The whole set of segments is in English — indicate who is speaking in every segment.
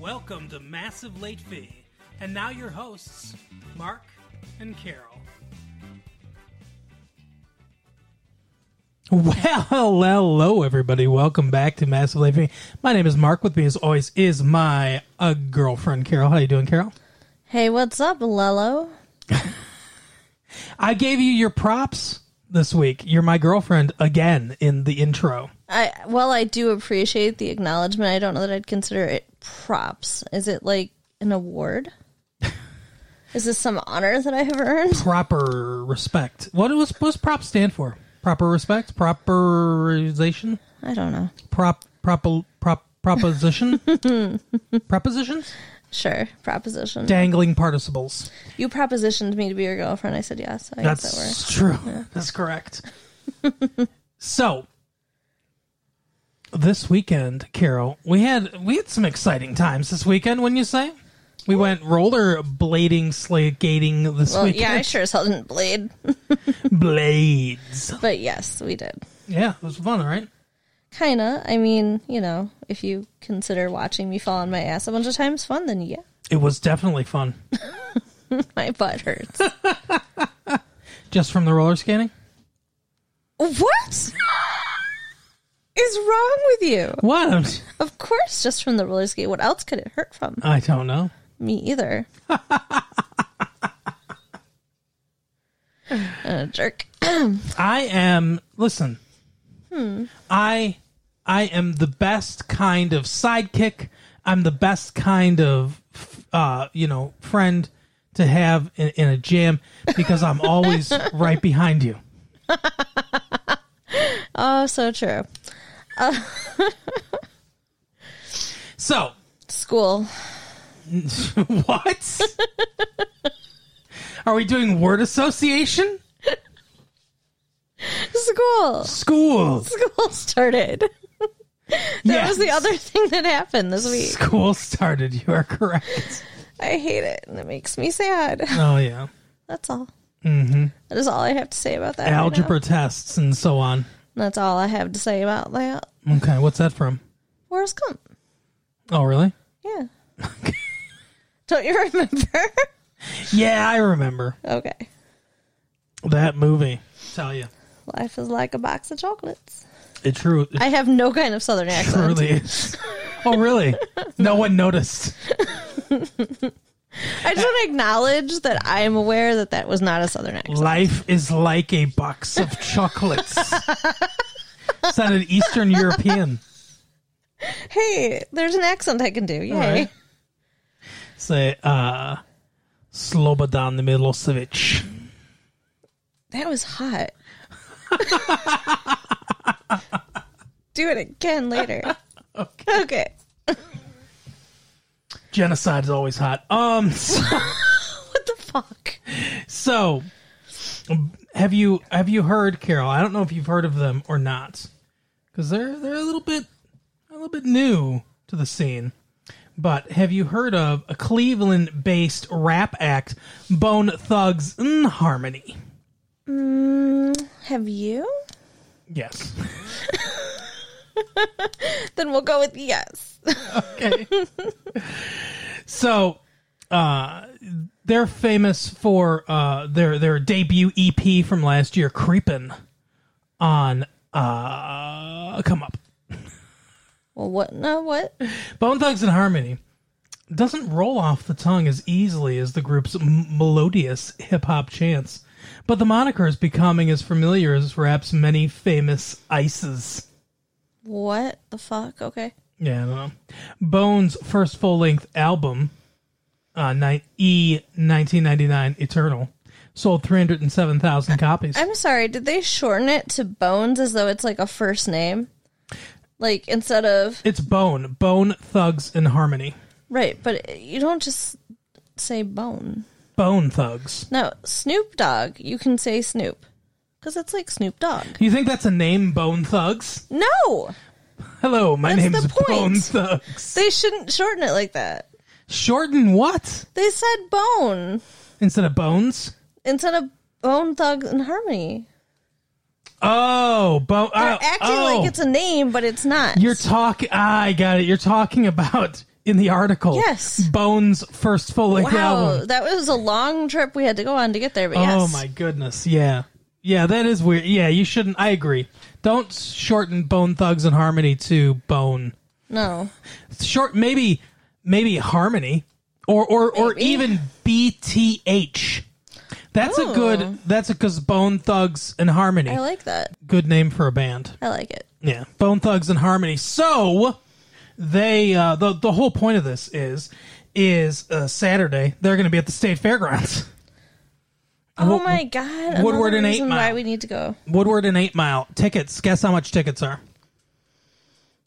Speaker 1: Welcome to Massive Late Fee. And now your hosts, Mark and Carol. Well, hello, everybody. Welcome back to Massive Late Fee. My name is Mark. With me, as always, is my uh, girlfriend, Carol. How you doing, Carol?
Speaker 2: Hey, what's up, Lello?
Speaker 1: I gave you your props this week. You're my girlfriend again in the intro.
Speaker 2: I well, I do appreciate the acknowledgement. I don't know that I'd consider it props. Is it like an award? Is this some honor that I have earned?
Speaker 1: Proper respect. What was what does props stand for? Proper respect? Properization?
Speaker 2: I don't know.
Speaker 1: prop prop prop proposition propositions
Speaker 2: Sure, proposition.
Speaker 1: dangling participles
Speaker 2: You propositioned me to be your girlfriend. I said yes. I guess that works.
Speaker 1: that's true that's correct so this weekend carol we had we had some exciting times this weekend wouldn't you say we went rollerblading, slagating this
Speaker 2: Well,
Speaker 1: weekend.
Speaker 2: yeah, I sure as hell didn't bleed,
Speaker 1: Blades.
Speaker 2: but yes, we did.
Speaker 1: Yeah, it was fun, right?
Speaker 2: Kinda. I mean, you know, if you consider watching me fall on my ass a bunch of times fun, then yeah,
Speaker 1: It was definitely fun.
Speaker 2: my butt hurts.
Speaker 1: Just from the roller skating?
Speaker 2: what is wrong with you?
Speaker 1: What? I'm-
Speaker 2: Of course, just from the roller skate. What else could it hurt from?
Speaker 1: I don't know.
Speaker 2: Me either. Uh, jerk.
Speaker 1: I am. Listen,
Speaker 2: Hmm.
Speaker 1: I I am the best kind of sidekick. I'm the best kind of uh, you know friend to have in, in a jam because I'm always right behind you.
Speaker 2: Oh, so true.
Speaker 1: So
Speaker 2: School.
Speaker 1: what? Are we doing word association?
Speaker 2: School.
Speaker 1: School.
Speaker 2: School started. That
Speaker 1: Yes.
Speaker 2: was the other thing that happened this week.
Speaker 1: School started. You are correct.
Speaker 2: I hate it, and it makes me sad.
Speaker 1: Oh yeah.
Speaker 2: That's all. Mm-hmm. is all I have to say about that. right now.
Speaker 1: Algebra tests and so on.
Speaker 2: That's all I have to say about that.
Speaker 1: Okay, what's that from?
Speaker 2: Where's Gump?
Speaker 1: Oh really?
Speaker 2: Yeah. Don't you remember?
Speaker 1: Yeah, I remember.
Speaker 2: okay.
Speaker 1: That movie. Tell you.
Speaker 2: Life is like a box of chocolates.
Speaker 1: It true it
Speaker 2: I have no kind of southern accent.
Speaker 1: truly is. Oh really? No one noticed.
Speaker 2: I just want to acknowledge that I am aware that that was not a southern accent.
Speaker 1: Life is like a box of chocolates. Sounded Eastern European.
Speaker 2: Hey, there's an accent I can do. Yay.
Speaker 1: Alright. Say uh Slobodan Milosevic.
Speaker 2: That was hot. do it again later. Okay.
Speaker 1: Genocide is always hot. Um so,
Speaker 2: What the fuck?
Speaker 1: so, have you have you heard Carol? I don't know if you've heard of them or not. Cuz they're they're a little bit a little bit new to the scene. But have you heard of a Cleveland based rap act, Bone Thugs N Harmony?
Speaker 2: Have you?
Speaker 1: Yes.
Speaker 2: Then we'll go with yes.
Speaker 1: Okay. so uh they're famous for uh their their debut EP from last year, Creepin' on uh come up.
Speaker 2: Well, what? No, what?
Speaker 1: Bone Thugs and Harmony doesn't roll off the tongue as easily as the group's m- melodious hip hop chants, but the moniker is becoming as familiar as rap's many famous ices.
Speaker 2: What the fuck? Okay.
Speaker 1: Yeah, I don't know. Bone's first full length album, uh, ni- E 1999 Eternal, sold 307,000 copies.
Speaker 2: I'm sorry, did they shorten it to Bones as though it's like a first name? Like instead of
Speaker 1: It's Bone, Bone Thugs and Harmony.
Speaker 2: right, but you don't just say Bone.
Speaker 1: Bone Thugs.
Speaker 2: No, Snoop Dogg, you can say Snoop cuz it's like Snoop Dogg.
Speaker 1: You think that's a name, Bone Thugs?
Speaker 2: No.
Speaker 1: Hello, my
Speaker 2: That's the
Speaker 1: name's
Speaker 2: point.
Speaker 1: Bone Thugs.
Speaker 2: They shouldn't shorten it like that.
Speaker 1: Shorten what?
Speaker 2: They said Bone
Speaker 1: instead of bones.
Speaker 2: instead of Bone Thugs and Harmony.
Speaker 1: Oh, bone.
Speaker 2: They're
Speaker 1: Oh,
Speaker 2: acting
Speaker 1: oh.
Speaker 2: like it's a name, but it's not.
Speaker 1: you're talking. I got it. You're talking about in the article.
Speaker 2: Yes.
Speaker 1: Bones' first full length
Speaker 2: Wow,
Speaker 1: album.
Speaker 2: that was a long trip we had to go on to get there, but
Speaker 1: Oh
Speaker 2: yes.
Speaker 1: my goodness. Yeah. Yeah, that is weird. Yeah, you shouldn't. I agree. Don't shorten Bone Thugs and Harmony to Bone.
Speaker 2: No.
Speaker 1: Short, maybe, maybe Harmony, or or or
Speaker 2: Maybe.
Speaker 1: even BTH. That's a
Speaker 2: Oh.
Speaker 1: good. That's because Bone Thugs and Harmony.
Speaker 2: I like that.
Speaker 1: good name for a band.
Speaker 2: I like it.
Speaker 1: Yeah, Bone Thugs and Harmony. So they uh, the the whole point of this is is uh, Saturday they're going to be at the state fairgrounds.
Speaker 2: Oh
Speaker 1: Wo-
Speaker 2: my god.
Speaker 1: Woodward
Speaker 2: another
Speaker 1: and Eight
Speaker 2: reason why
Speaker 1: Mile.
Speaker 2: we need to go.
Speaker 1: Woodward and Eight Mile tickets. Guess how much tickets are?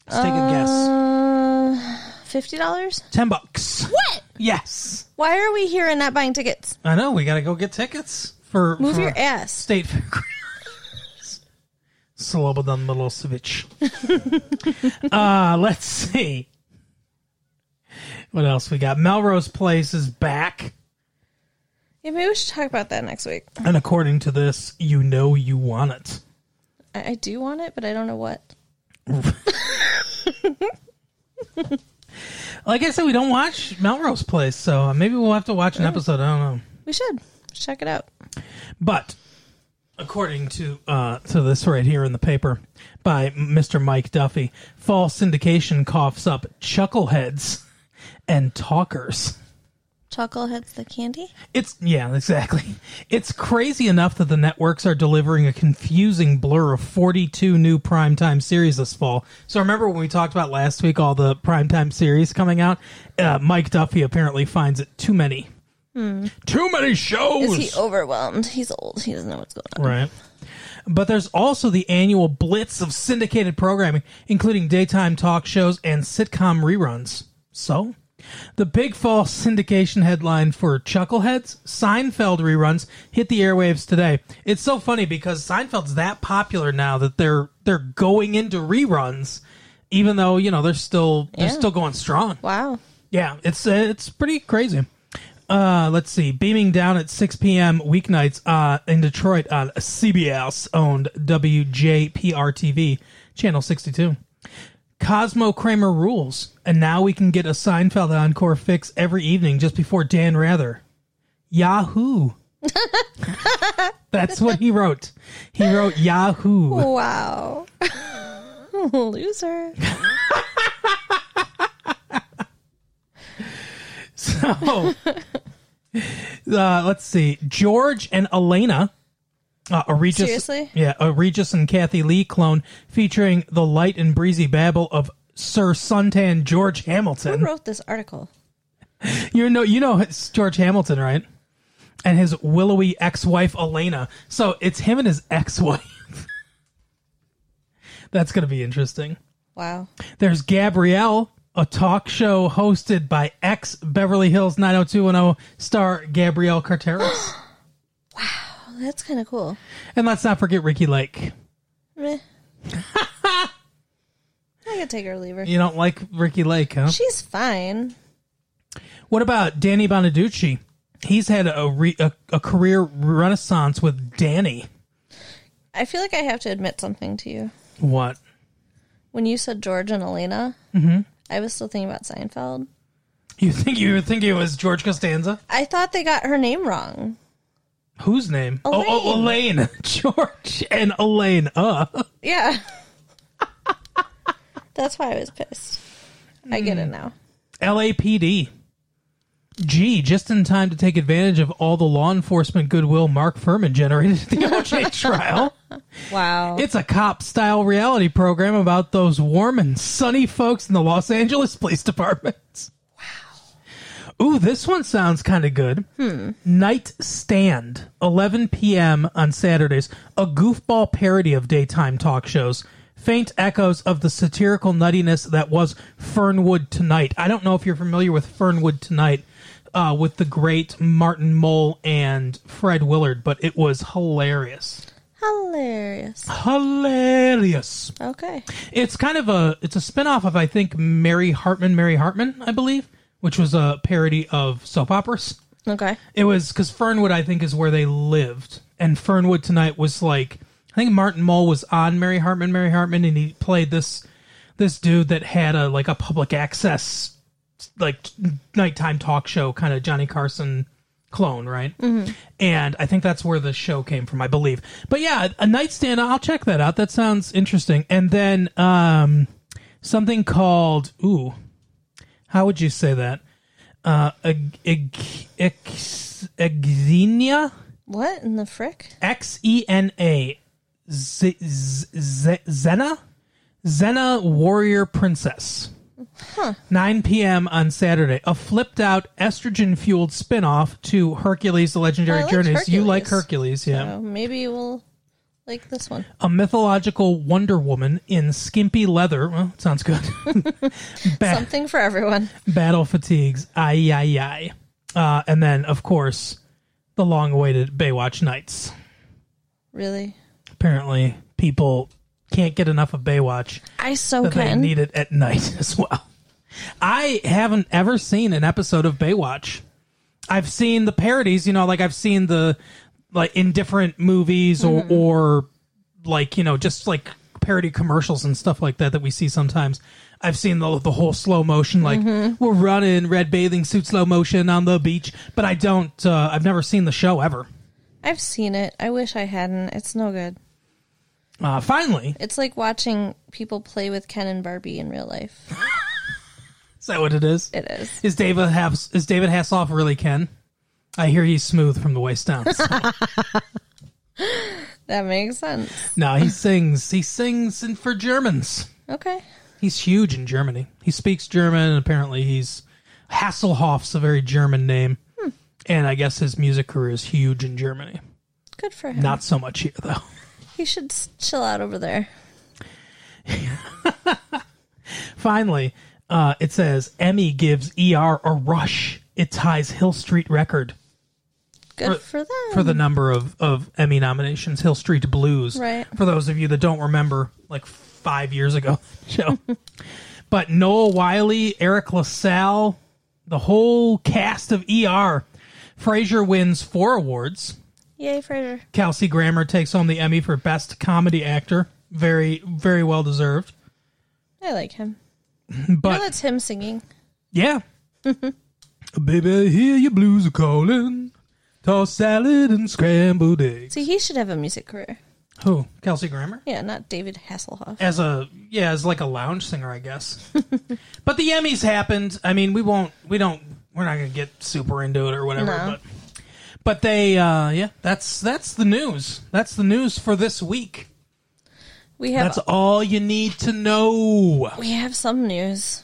Speaker 1: Let's take a guess.
Speaker 2: Uh, fifty dollars?
Speaker 1: Ten bucks.
Speaker 2: What?
Speaker 1: Yes,
Speaker 2: Why are we here and not buying tickets?
Speaker 1: I know. We got to go get tickets for
Speaker 2: Move
Speaker 1: for
Speaker 2: your ass.
Speaker 1: state fairgrounds. Slobodan Milosevic. uh, let's see. What else we got? Melrose Place is back.
Speaker 2: Yeah, maybe we should talk about that next week.
Speaker 1: And according to this, you know you want it.
Speaker 2: I, I do want it, but I don't know what.
Speaker 1: Like I said, we don't watch Melrose Place, so maybe we'll have to watch an episode. I don't know.
Speaker 2: We should check it out.
Speaker 1: But according to uh, to this right here in the paper by Mr. Mike Duffy, fall syndication coughs up chuckleheads and talkers.
Speaker 2: Chuckleheads the candy?
Speaker 1: It's yeah, exactly. It's crazy enough that the networks are delivering a confusing blur of 42 new primetime series this fall. So remember when we talked about last week all the primetime series coming out? Uh, Mike Duffy apparently finds it too many. Too many shows.
Speaker 2: Hmm. Is he overwhelmed? He's old. He doesn't know what's going on.
Speaker 1: Right. But there's also the annual blitz of syndicated programming, including daytime talk shows and sitcom reruns. So, the big fall syndication headline for Chuckleheads, Seinfeld reruns hit the airwaves today. It's so funny because Seinfeld's that popular now that they're they're going into reruns, even though you know they're still they're
Speaker 2: Yeah.
Speaker 1: still going strong.
Speaker 2: Wow.
Speaker 1: Yeah, it's uh, it's pretty crazy. Uh, let's see. Beaming down at 6 p.m. weeknights uh, in Detroit on CBS owned WJPR TV, Channel 62. Cosmo Kramer rules, and now we can get a Seinfeld encore fix every evening just before Dan Rather. Yahoo! That's what he wrote. He wrote Yahoo.
Speaker 2: Wow. Loser.
Speaker 1: So, uh, let's see. George and Elena, uh, a Regis,
Speaker 2: Seriously?
Speaker 1: yeah, a Regis and Kathy Lee clone featuring the light and breezy babble of Sir Suntan George
Speaker 2: Who
Speaker 1: Hamilton.
Speaker 2: wrote this article?
Speaker 1: You know, you know, it's George Hamilton, right? And his willowy ex-wife Elena. So it's him and his ex-wife. That's gonna be interesting.
Speaker 2: Wow.
Speaker 1: There's Gabrielle, a talk show hosted by ex Beverly Hills 90210 star Gabrielle Carteris.
Speaker 2: Oh, that's kind of cool.
Speaker 1: and let's not forget Ricky Lake.
Speaker 2: Meh. I could take her or leave her.
Speaker 1: You don't like Ricky Lake, huh?
Speaker 2: She's fine.
Speaker 1: What about Danny Bonaducci? He's had a, re- a a career renaissance with Danny.
Speaker 2: I feel like I have to admit something to you.
Speaker 1: What?
Speaker 2: When you said George and Elena, I was still thinking about Seinfeld.
Speaker 1: You think you were thinking it was George Costanza?
Speaker 2: I thought they got her name wrong.
Speaker 1: Whose name? Oh, oh, Elaine. George and Elaine. Uh.
Speaker 2: Yeah. That's why I was pissed. I get it
Speaker 1: Mm.
Speaker 2: now.
Speaker 1: LAPD. Gee, just in time to take advantage of all the law enforcement goodwill Mark Furman generated at the OJ trial.
Speaker 2: Wow.
Speaker 1: It's a cop style reality program about those warm and sunny folks in the Los Angeles Police Department. Wow. Ooh, this one sounds kind of good. Hmm. Night Stand, 11 p.m. on Saturdays. A goofball parody of daytime talk shows. Faint echoes of the satirical nuttiness that was Fernwood Tonight. I don't know if you're familiar with Fernwood Tonight. Uh, with the great Martin Mull and Fred Willard, but it was hilarious
Speaker 2: Hilarious.
Speaker 1: hilarious.
Speaker 2: Okay.
Speaker 1: It's kind of a it's a spin-off of I think Mary Hartman, Mary Hartman, I believe, which was a parody of soap operas.
Speaker 2: Okay.
Speaker 1: It was cuz Fernwood I think is where they lived and Fernwood tonight was like I think Martin Mull was on Mary Hartman, Mary Hartman and he played this this dude that had a like a public access like nighttime talk show kind of Johnny Carson clone, right? And I think that's where the show came from, I believe. But yeah, a nightstand. I'll check that out. That sounds interesting. And then um, something called ooh, how would you say that? Uh, eg- eg- ex- exenia.
Speaker 2: What in the frick?
Speaker 1: X E N A Z- Z- Z- Zena Zena Warrior Princess. 9 p.m. on Saturday. A flipped out estrogen fueled spin off to Hercules, the legendary
Speaker 2: I liked
Speaker 1: journeys. You like
Speaker 2: Hercules.
Speaker 1: Hercules, yeah.
Speaker 2: So Oh, maybe we'll like this one.
Speaker 1: A mythological Wonder Woman in skimpy leather. Well, sounds good. Ba-
Speaker 2: Something for everyone.
Speaker 1: battle fatigues. Ay, ay, ay. Uh, and then, of course, the long awaited Baywatch Nights.
Speaker 2: Really?
Speaker 1: apparently people can't get enough of Baywatch
Speaker 2: I so
Speaker 1: that they
Speaker 2: can.
Speaker 1: need it at night as well. I haven't ever seen an episode of Baywatch. I've seen the parodies, you know, like I've seen the like in different movies or or like, you know, just like parody commercials and stuff like that that we see sometimes. I've seen the the whole slow motion like we're running red bathing suit slow motion on the beach, but I don't uh, I've never seen the show ever.
Speaker 2: I've seen it. I wish I hadn't. It's no good.
Speaker 1: Uh, finally,
Speaker 2: It's like watching people play with Ken and Barbie in real life.
Speaker 1: is that what it is?
Speaker 2: It is.
Speaker 1: Is David Hass, is David Hasselhoff really Ken? I hear he's smooth from the waist down. So-
Speaker 2: That makes sense.
Speaker 1: no, he sings. He sings in, for Germans.
Speaker 2: Okay.
Speaker 1: He's huge in Germany. He speaks German, and apparently he's Hasselhoff's a very German name. And I guess his music career is huge in Germany.
Speaker 2: Good for him.
Speaker 1: Not so much here though.
Speaker 2: He should s- chill out over there.
Speaker 1: Finally, uh, it says Emmy gives ER a rush. It ties Hill Street record
Speaker 2: Good for, them.
Speaker 1: for the number of, of Emmy nominations, Hill Street Blues.
Speaker 2: Right.
Speaker 1: For those of you that don't remember, like five years ago, show. but Noel Wiley, Eric LaSalle, the whole cast of ER. Frasier wins four awards.
Speaker 2: Yay, Fraser.
Speaker 1: Kelsey Grammer takes home the Emmy for Best Comedy Actor. Very, very well deserved.
Speaker 2: I like him.
Speaker 1: But
Speaker 2: No, that's him singing.
Speaker 1: Yeah. Baby, I hear your blues are calling. Toss salad and scrambled eggs.
Speaker 2: See, he should have a music career.
Speaker 1: Who? Kelsey Grammer?
Speaker 2: Yeah, not David Hasselhoff.
Speaker 1: as a yeah as like a lounge singer i guess but the emmys happened i mean we won't we don't we're not gonna get super into it or whatever
Speaker 2: No.
Speaker 1: but but they uh yeah that's that's the news that's the news for this week
Speaker 2: We have
Speaker 1: that's all you need to know
Speaker 2: we have some news.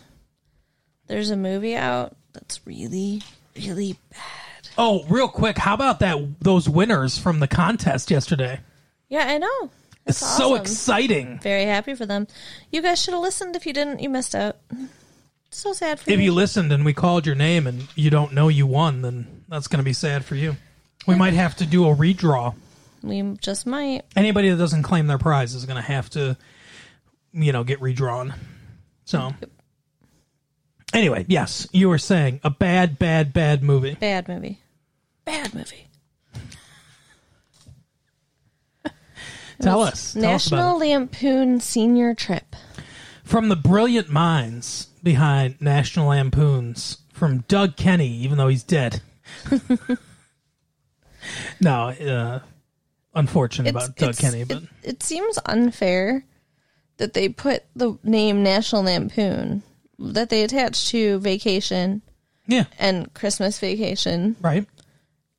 Speaker 2: There's a movie out that's really, really bad.
Speaker 1: oh real quick how about that those winners from the contest yesterday
Speaker 2: Yeah, I know.
Speaker 1: it's
Speaker 2: That's
Speaker 1: so
Speaker 2: awesome.
Speaker 1: exciting
Speaker 2: Very happy for them. You guys should have listened. If you didn't, you missed out. So sad for
Speaker 1: if
Speaker 2: you.
Speaker 1: you listened and we called your name and you don't know you won then that's gonna be sad for you we might have to do a redraw
Speaker 2: We just might.
Speaker 1: anybody that doesn't claim their prize is going to have to, you know, get redrawn. So, anyway, yes, you were saying a bad, bad, bad movie.
Speaker 2: Bad movie. Bad movie.
Speaker 1: Tell us, tell us
Speaker 2: National
Speaker 1: about
Speaker 2: Lampoon Senior Trip.
Speaker 1: it. From the brilliant minds behind National Lampoons, from Doug Kenny, even though he's dead. no, uh, unfortunate about Doug Kenny, but
Speaker 2: it, it seems unfair that they put the name National Lampoon that they attach to Vacation
Speaker 1: yeah,
Speaker 2: and Christmas Vacation
Speaker 1: right.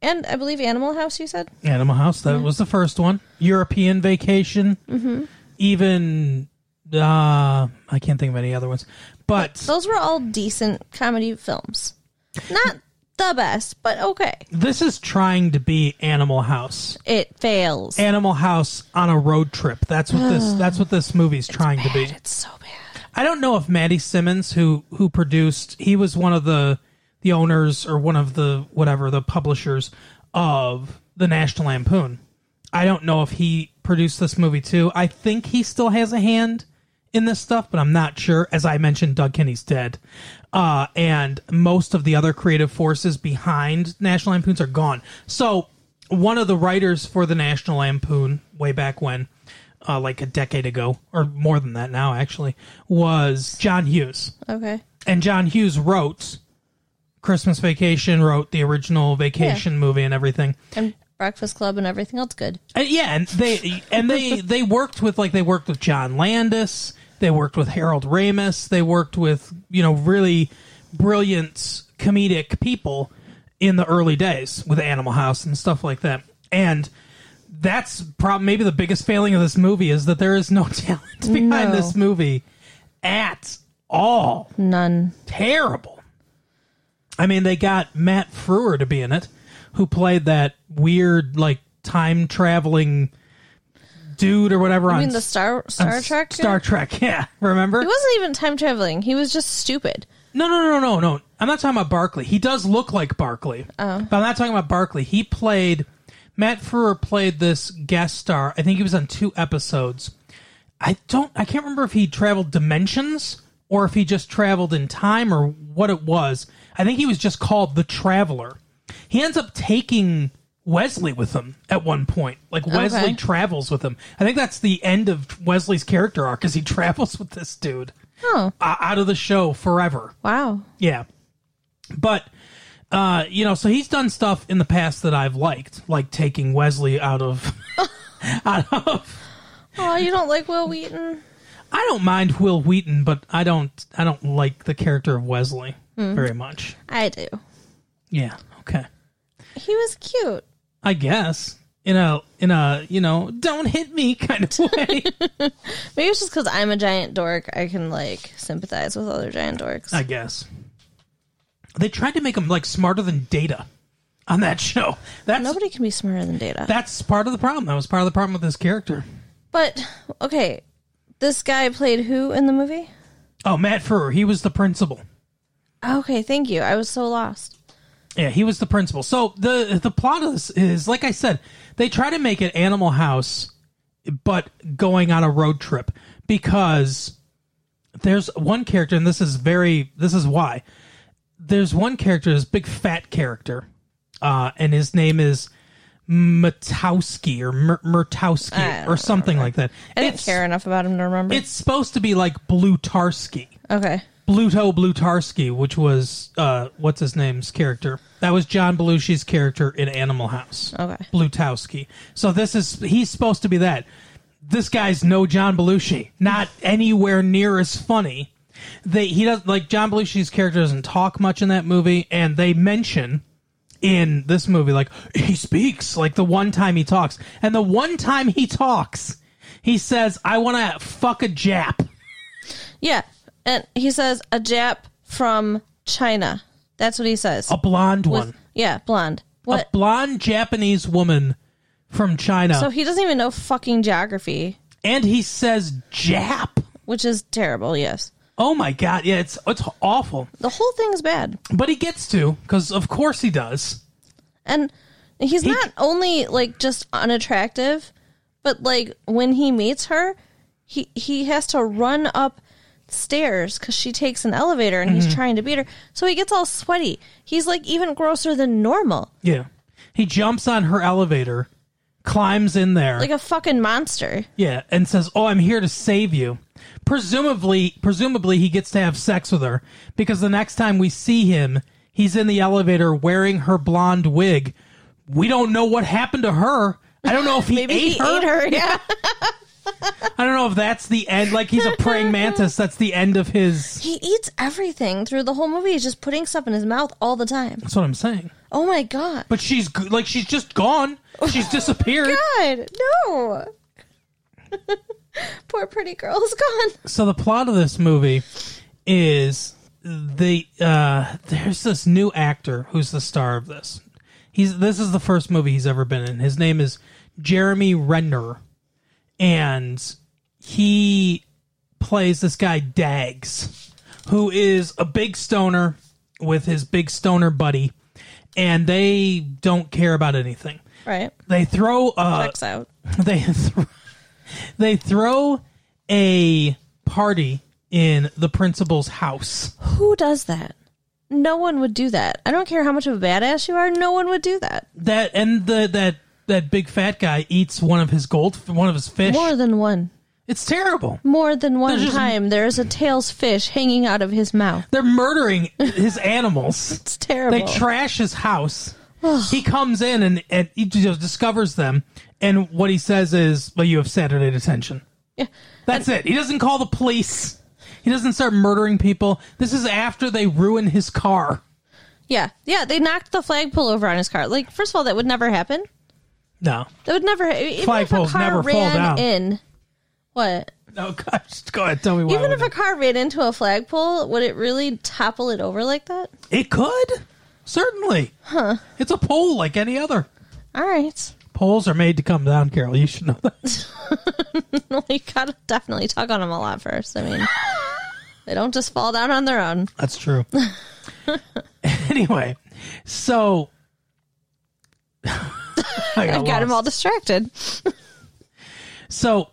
Speaker 2: and I believe Animal House. You said
Speaker 1: Animal House. That was the first one. European Vacation. Mm-hmm. Even uh, I can't think of any other ones. But
Speaker 2: those were all decent comedy films, not the best, but okay.
Speaker 1: this is trying to be Animal House.
Speaker 2: It fails.
Speaker 1: Animal House on a road trip. That's what this. That's what this movie's trying to be.
Speaker 2: it's so bad.
Speaker 1: I don't know if Maddie Simmons, who who produced, he was one of the the owners or one of the whatever the publishers of the National Lampoon. I don't know if he produced this movie too. I think he still has a hand in this stuff, but I'm not sure. As I mentioned, Doug Kenny's dead, uh, and most of the other creative forces behind National Lampoons are gone. So one of the writers for the National Lampoon way back when uh, like a decade ago, or more than that now, actually, was John Hughes.
Speaker 2: Okay,
Speaker 1: and John Hughes wrote Christmas Vacation, wrote the original Vacation movie and everything.
Speaker 2: and Breakfast Club and everything else good.
Speaker 1: And Uh, yeah, and they and they they worked with like they worked with John Landis, they worked with Harold Ramis, they worked with you know really brilliant comedic people in the early days with Animal House and stuff like that. And that's probably maybe the biggest failing of this movie is that there is no talent behind
Speaker 2: No.
Speaker 1: this movie at all
Speaker 2: None.
Speaker 1: terrible. I mean, they got Matt Frewer to be in it, who played that weird, like, time traveling dude or whatever
Speaker 2: I
Speaker 1: on
Speaker 2: mean the Star
Speaker 1: on
Speaker 2: Star
Speaker 1: S-
Speaker 2: Trek.
Speaker 1: Star Trek, yeah. Remember?
Speaker 2: He wasn't even time traveling. He was just stupid.
Speaker 1: No, no, no, no, no. I'm not talking about Barkley. He does look like Barkley,
Speaker 2: Oh.
Speaker 1: but I'm not talking about Barkley. He played Matt Frewer played this guest star. I think he was on two episodes. I don't. I can't remember if he traveled dimensions or if he just traveled in time or what it was. I think he was just called the Traveler. He ends up taking Wesley with him at one point. Like Wesley
Speaker 2: Okay.
Speaker 1: travels with him. I think that's the end of Wesley's character arc, is he travels with this dude
Speaker 2: Oh
Speaker 1: uh, out of the show forever.
Speaker 2: wow.
Speaker 1: Yeah. But uh, you know, so he's done stuff in the past that I've liked, like taking Wesley out of out of
Speaker 2: Oh, you don't like Will Wheaton?
Speaker 1: I don't mind Will Wheaton, but I don't I don't like the character of Wesley very much.
Speaker 2: I do.
Speaker 1: Yeah. Okay.
Speaker 2: He was cute.
Speaker 1: I guess. In a in a, you know, don't hit me kind of way.
Speaker 2: Maybe it's just because I'm a giant dork. I can like sympathize with other giant dorks.
Speaker 1: I guess. They tried to make him like smarter than data on that show. That's
Speaker 2: Nobody can be smarter than Data.
Speaker 1: that's part of the problem. That was part of the problem with this character.
Speaker 2: but okay, this guy played who in the movie?
Speaker 1: Oh, Matt Furrer, he was the principal.
Speaker 2: Okay, thank you. I was so lost.
Speaker 1: Yeah, he was the principal. So the the plot of this is like I said, they try to make it Animal House, but going on a road trip because there's one character, and this is very this is why there's one character, this big fat character, uh, and his name is Murtowski or Mur-
Speaker 2: I
Speaker 1: Murtowski
Speaker 2: don't
Speaker 1: or something like that.
Speaker 2: I didn't
Speaker 1: it's,
Speaker 2: care enough about him to remember.
Speaker 1: It's supposed to be like Blutarski.
Speaker 2: okay.
Speaker 1: Bluto Blutarski, which was uh, what's his name's character. That was John Belushi's character in Animal House.
Speaker 2: Okay.
Speaker 1: Blutowski. So this is he's supposed to be that. This guy's no John Belushi. Not anywhere near as funny. They he does like John Belushi's character doesn't talk much in that movie, and they mention in this movie like he speaks like the one time he talks, and the one time he talks, he says, "I want to fuck a Jap."
Speaker 2: Yeah, and he says a Jap from China. That's what he says.
Speaker 1: A blonde one.
Speaker 2: With- yeah, blonde.
Speaker 1: a
Speaker 2: What?
Speaker 1: blonde Japanese woman from China,
Speaker 2: so he doesn't even know fucking geography,
Speaker 1: and he says Jap.
Speaker 2: which is terrible. Yes,
Speaker 1: Oh my god, yeah, it's it's awful.
Speaker 2: the whole thing's bad,
Speaker 1: But he gets to because of course he does.
Speaker 2: and he's not only like just unattractive, but like when he meets her, he he has to run up stairs because she takes an elevator and he's trying to beat her so he gets all sweaty he's like even grosser than normal
Speaker 1: Yeah, he jumps on her elevator, climbs in there,
Speaker 2: like a fucking monster
Speaker 1: yeah, and says, "Oh, I'm here to save you." Presumably, presumably he gets to have sex with her because the next time we see him, he's in the elevator wearing her blonde wig. We don't know what happened to her. I don't know if he
Speaker 2: maybe he ate her yeah
Speaker 1: I don't know if that's the end. Like he's a praying mantis. That's the end of his.
Speaker 2: He eats everything through the whole movie. He's just putting stuff in his mouth all the time.
Speaker 1: That's what I'm saying.
Speaker 2: Oh my god.
Speaker 1: But she's g- like she's just gone. She's
Speaker 2: Oh
Speaker 1: disappeared.
Speaker 2: God, no. Poor pretty girl's gone.
Speaker 1: So the plot of this movie is the uh, there's this new actor who's the star of this. He's this is the first movie he's ever been in. His name is Jeremy Renner, and he plays this guy Dags, who is a big stoner with his big stoner buddy, and they don't care about anything.
Speaker 2: Right.
Speaker 1: They throw uh,
Speaker 2: Checks out.
Speaker 1: they th- they throw a party in the principal's house.
Speaker 2: Who does that? No one would do that. I don't care how much of a badass you are. No one would do that.
Speaker 1: That and the that that big fat guy eats one of his gold one of his fish
Speaker 2: More than one.
Speaker 1: It's terrible.
Speaker 2: More than one
Speaker 1: There's just-
Speaker 2: time, there is a tails fish hanging out of his mouth.
Speaker 1: They're murdering his animals.
Speaker 2: It's
Speaker 1: They
Speaker 2: terrible.
Speaker 1: trash his house. he comes in and, and he just discovers them. And what he says is, well, you have Saturday detention.
Speaker 2: Yeah.
Speaker 1: That's it. He doesn't call the police. He doesn't start murdering people. This is after they ruin his car.
Speaker 2: yeah, yeah. They knocked the flagpole over on his car. Like, first of all, that would never happen.
Speaker 1: No.
Speaker 2: That would never. Even
Speaker 1: Flagpoles
Speaker 2: if a car
Speaker 1: never fall
Speaker 2: ran
Speaker 1: down.
Speaker 2: In what?
Speaker 1: No, Oh, gosh. Go ahead. Tell me why.
Speaker 2: Even
Speaker 1: I
Speaker 2: if a
Speaker 1: wouldn't.
Speaker 2: car ran into a flagpole, would it really topple it over like that?
Speaker 1: it could. Certainly. Huh. It's a pole like any other.
Speaker 2: All right.
Speaker 1: Poles are made to come down, Carol. You should know that.
Speaker 2: Well, you gotta definitely tug on them a lot first. I mean, they don't just fall down on their own.
Speaker 1: That's true. anyway, so I got,
Speaker 2: I got him
Speaker 1: lost.
Speaker 2: all distracted.
Speaker 1: So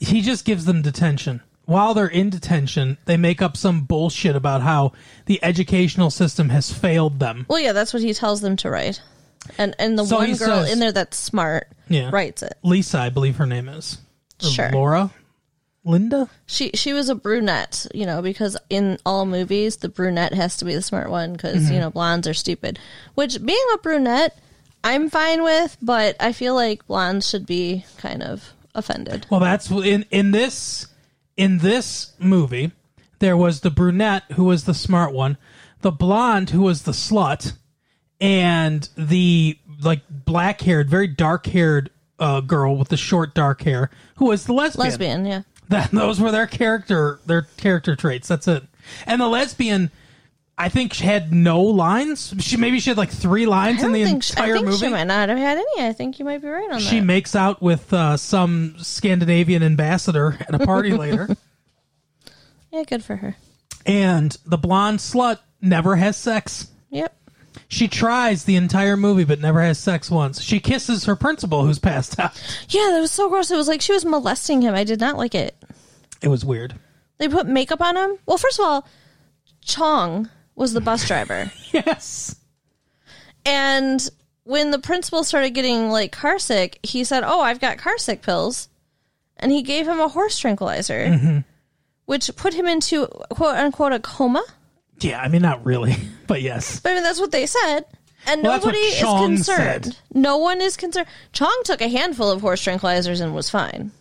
Speaker 1: he just gives them detention. While they're in detention, they make up some bullshit about how the educational system has failed them.
Speaker 2: Well, yeah, that's what he tells them to write. And and the
Speaker 1: So
Speaker 2: one
Speaker 1: he
Speaker 2: girl
Speaker 1: says-
Speaker 2: in there that's smart
Speaker 1: Yeah.
Speaker 2: writes it.
Speaker 1: Lisa, I believe her name is. Or
Speaker 2: Sure.
Speaker 1: Laura? Linda?
Speaker 2: She she was a brunette, you know, because in all movies the brunette has to be the smart one because
Speaker 1: Mm-hmm.
Speaker 2: you know blondes are stupid. Which being a brunette, I'm fine with, but I feel like blondes should be kind of offended.
Speaker 1: Well, that's in in this in this movie. There was the brunette who was the smart one, the blonde who was the slut, and the like black haired, very dark haired uh, girl with the short dark hair who was the lesbian.
Speaker 2: Lesbian, yeah.
Speaker 1: That those were their character their character traits. That's it. And the lesbian, I think, she had no lines. She maybe she had like three lines
Speaker 2: I
Speaker 1: in
Speaker 2: don't
Speaker 1: the
Speaker 2: think she, I
Speaker 1: entire
Speaker 2: think
Speaker 1: movie.
Speaker 2: she might not have had any. I think you might be right on
Speaker 1: She
Speaker 2: that.
Speaker 1: makes out with uh, some Scandinavian ambassador at a party later,
Speaker 2: Yeah, good for her.
Speaker 1: and the blonde slut never has sex.
Speaker 2: Yep.
Speaker 1: She tries the entire movie, but never has sex once. She kisses her principal, who's passed out.
Speaker 2: Yeah, that was so gross. It was like she was molesting him. I did not like it.
Speaker 1: It was weird.
Speaker 2: They put makeup on him. Well, first of all, Chong was the bus driver.
Speaker 1: Yes.
Speaker 2: and when the principal started getting like car sick, he said, "Oh, I've got car sick pills." And he gave him a horse tranquilizer,
Speaker 1: Mm-hmm.
Speaker 2: which put him into quote unquote a coma.
Speaker 1: Yeah, I mean, not really, but yes.
Speaker 2: But I mean, that's what they said. And
Speaker 1: Well, that's what
Speaker 2: nobody is
Speaker 1: Chong
Speaker 2: concerned.
Speaker 1: said.
Speaker 2: No one is concerned. Chong took a handful of horse tranquilizers and was fine.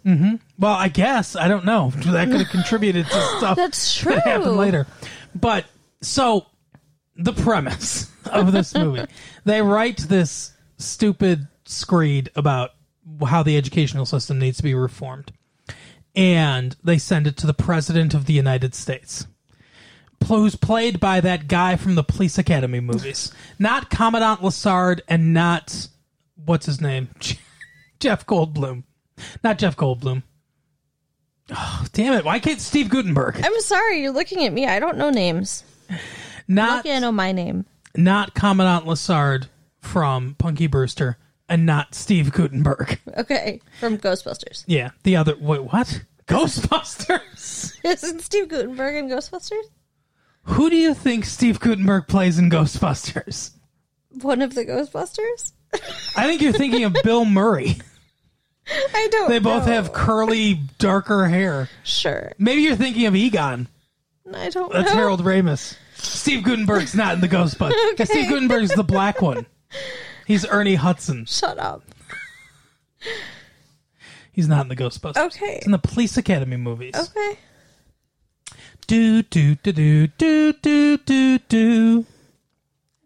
Speaker 1: Well, I guess I don't know. That could have contributed to stuff
Speaker 2: That's
Speaker 1: that happened
Speaker 2: true.
Speaker 1: later. But so the premise of this movie, they write this stupid screed about how the educational system needs to be reformed, and they send it to the president of the United States. pl- Who's played by that guy from the Police Academy movies? Not Commandant Lassard and not what's his name? Jeff Goldblum. Not Jeff Goldblum. Oh, damn it. Why can't Steve Gutenberg?
Speaker 2: I'm sorry, you're looking at me. I don't know names.
Speaker 1: Not
Speaker 2: Lucky I know my name.
Speaker 1: not Commandant Lassard from Punky Brewster and not Steve Gutenberg.
Speaker 2: Okay, from Ghostbusters.
Speaker 1: Yeah, the other wait, what? Ghostbusters.
Speaker 2: Isn't Steve Gutenberg in Ghostbusters?
Speaker 1: Who do you think Steve Gutenberg plays in Ghostbusters?
Speaker 2: One of the Ghostbusters?
Speaker 1: I think you're thinking of Bill Murray.
Speaker 2: I don't.
Speaker 1: They both
Speaker 2: know.
Speaker 1: have curly, darker hair.
Speaker 2: Sure.
Speaker 1: Maybe you're thinking of Egon.
Speaker 2: I don't
Speaker 1: That's
Speaker 2: know.
Speaker 1: Harold Ramis. Steve Gutenberg's not in the Ghostbusters. Steve Gutenberg's the black one. He's Ernie Hudson.
Speaker 2: Shut up.
Speaker 1: He's not in the Ghostbusters.
Speaker 2: Okay.
Speaker 1: It's in the Police Academy movies.
Speaker 2: Okay.
Speaker 1: Do do do do do do do do.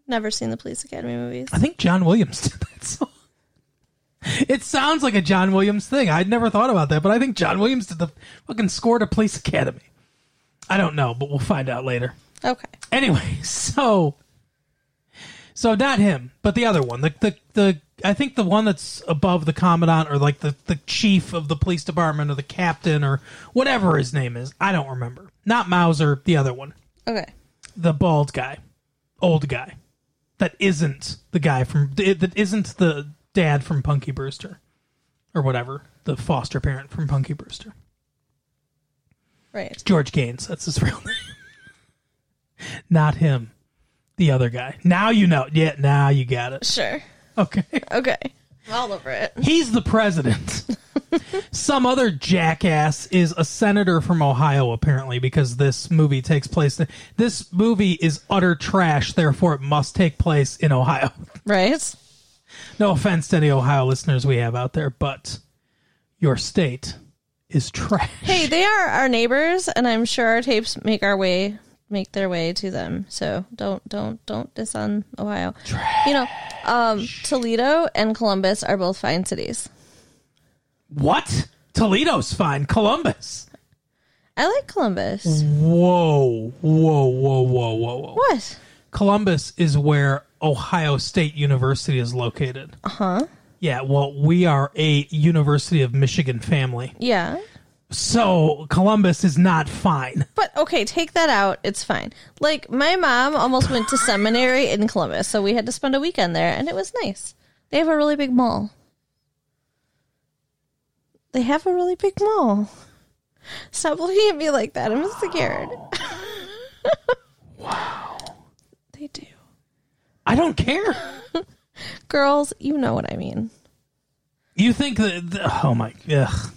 Speaker 2: Never seen the Police Academy movies.
Speaker 1: I think John Williams did that song. It sounds like a John Williams thing. I'd never thought about that, but I think John Williams did the fucking score to Police Academy. I don't know, but we'll find out later.
Speaker 2: Okay.
Speaker 1: Anyway, so so not him, but the other one. The the the I think the one that's above the commandant or like the the chief of the police department or the captain or whatever his name is. I don't remember. Not Mauser, the other one.
Speaker 2: Okay.
Speaker 1: The bald guy. Old guy. That isn't the guy from that isn't the dad from Punky Brewster or whatever, the foster parent from Punky Brewster.
Speaker 2: Right.
Speaker 1: George Gaines. That's his real name. Not him. The other guy. Now you know. Yeah, now you got it.
Speaker 2: Sure.
Speaker 1: Okay.
Speaker 2: Okay. I'm all over it.
Speaker 1: He's the president. Some other jackass is a senator from Ohio, apparently, because this movie takes place. There. This movie is utter trash, therefore, it must take place in Ohio.
Speaker 2: right?
Speaker 1: No offense to any Ohio listeners we have out there, but your state is trash.
Speaker 2: Hey, they are our neighbors, and I'm sure our tapes make our way make their way to them. So don't don't don't diss on Ohio. You know, um, Toledo and Columbus are both fine cities.
Speaker 1: What? Toledo's fine. Columbus.
Speaker 2: I like Columbus.
Speaker 1: Mm. Whoa, whoa, whoa, whoa, whoa, whoa.
Speaker 2: What?
Speaker 1: Columbus is where Ohio State University is located. Uh huh. Yeah, well, we are a University of Michigan family.
Speaker 2: Yeah.
Speaker 1: So Columbus is not fine.
Speaker 2: But okay, take that out. It's fine. Like my mom almost went to seminary in Columbus, so we had to spend a weekend there, and it was nice. They have a really big mall. They have a really big mall. Stop looking at me like that. I'm scared. wow. They do.
Speaker 1: I don't care.
Speaker 2: Girls, you know what I mean.
Speaker 1: You think that. th- oh my. Ugh.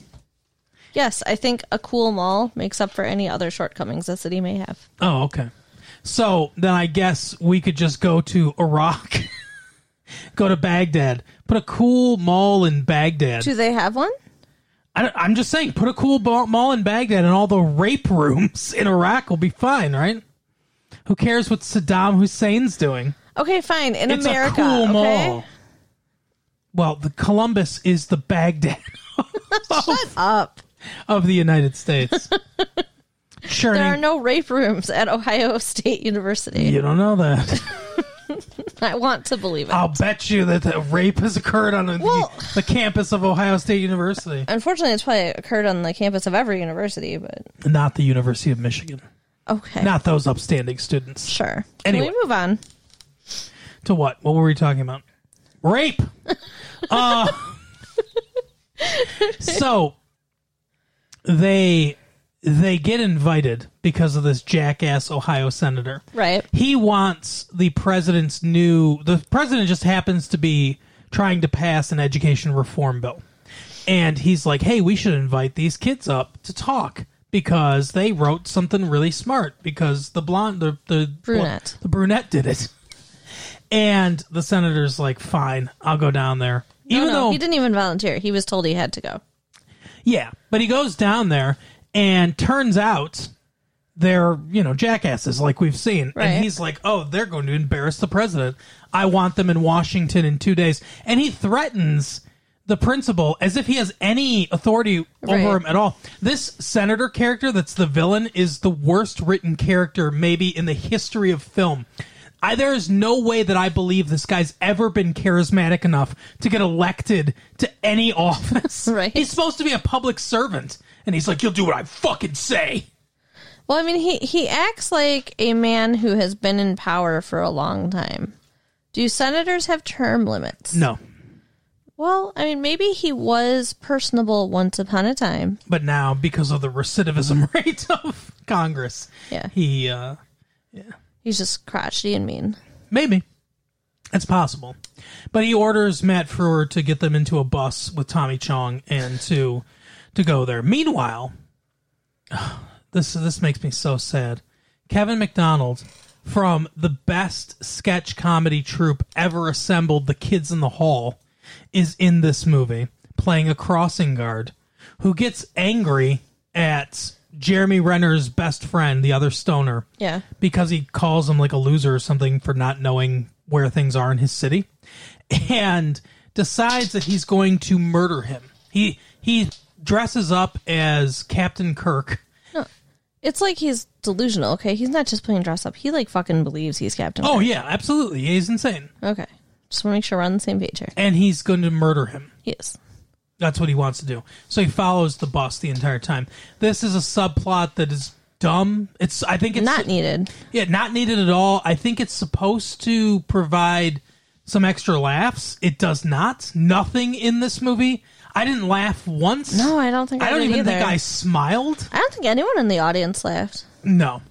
Speaker 2: Yes, I think a cool mall makes up for any other shortcomings the city may have.
Speaker 1: Oh, okay. So then I guess we could just go to Iraq, go to Baghdad, put a cool mall in Baghdad.
Speaker 2: Do they have one?
Speaker 1: I don't, I'm just saying, put a cool ba- mall in Baghdad, and all the rape rooms in Iraq will be fine, right? Who cares what Saddam Hussein's doing?
Speaker 2: Okay, fine. In
Speaker 1: It's
Speaker 2: America.
Speaker 1: a cool
Speaker 2: okay?
Speaker 1: mall. Well, the Columbus is the Baghdad
Speaker 2: Up.
Speaker 1: of the United States. Sure,
Speaker 2: There are no rape rooms at Ohio State University.
Speaker 1: you don't know that.
Speaker 2: I want to believe it.
Speaker 1: I'll bet you that the rape has occurred on the,
Speaker 2: Well-
Speaker 1: the campus of Ohio State University,
Speaker 2: Unfortunately, it's probably occurred on the campus of every university, but
Speaker 1: not the University of Michigan,
Speaker 2: okay.
Speaker 1: not those upstanding students.
Speaker 2: sure.
Speaker 1: Anyway.
Speaker 2: Can we move on?
Speaker 1: To what? What were we talking about? Rape. uh, so they they get invited because of this jackass Ohio senator.
Speaker 2: Right.
Speaker 1: He wants the president's new the president just happens to be trying to pass an education reform bill. And he's like, "Hey, we should invite these kids up to talk because they wrote something really smart because the blonde the the
Speaker 2: Brunette.
Speaker 1: the brunette did it." And the senator's like, "Fine, I'll go down there."
Speaker 2: No,
Speaker 1: Even
Speaker 2: no,
Speaker 1: though
Speaker 2: he didn't even volunteer. He was told he had to go.
Speaker 1: yeah, but he goes down there and turns out they're, you know, jackasses like we've seen.
Speaker 2: Right.
Speaker 1: And he's like, oh, they're going to embarrass the president. I want them in Washington in two days. And he threatens the principal as if he has any authority over
Speaker 2: Right.
Speaker 1: him at all. This senator character that's the villain is the worst written character maybe in the history of film. I, there is no way that I believe this guy's ever been charismatic enough to get elected to any office.
Speaker 2: Right.
Speaker 1: He's supposed to be a public servant, and he's like, "You'll do what I fucking say."
Speaker 2: Well, I mean, he he acts like a man who has been in power for a long time. Do senators have term limits?
Speaker 1: No,
Speaker 2: Well, I mean, maybe he was personable once upon a time.
Speaker 1: but now because of the recidivism rate of Congress,
Speaker 2: Yeah.
Speaker 1: he uh,
Speaker 2: He's just crotchety and mean.
Speaker 1: maybe it's possible. But he orders Matt Frewer to get them into a bus with Tommy Chong and to to go there. Meanwhile, this this makes me so sad. Kevin McDonald from the best sketch comedy troupe ever assembled, The Kids in the Hall, is in this movie playing a crossing guard who gets angry at Jeremy Renner's best friend, the other stoner.
Speaker 2: Yeah.
Speaker 1: Because he calls him like a loser or something for not knowing where things are in his city and decides that he's going to murder him. He he dresses up as Captain Kirk
Speaker 2: It's like he's delusional, okay? He's not just playing dress up. He like fucking believes he's Captain.
Speaker 1: Oh yeah, absolutely. He's insane,
Speaker 2: Okay. Just want to make sure we're on the same page here.
Speaker 1: and he's going to murder him.
Speaker 2: Yes.
Speaker 1: That's what he wants to do. So he follows the boss the entire time. This is a subplot that is dumb. It's I think it's
Speaker 2: Not needed.
Speaker 1: yeah not needed at all. I think it's supposed to provide some extra laughs. It does not. Nothing in this movie. I didn't laugh once.
Speaker 2: No, I don't think I,
Speaker 1: I don't
Speaker 2: did
Speaker 1: even
Speaker 2: either.
Speaker 1: think I smiled.
Speaker 2: I don't think anyone in the audience laughed.
Speaker 1: No.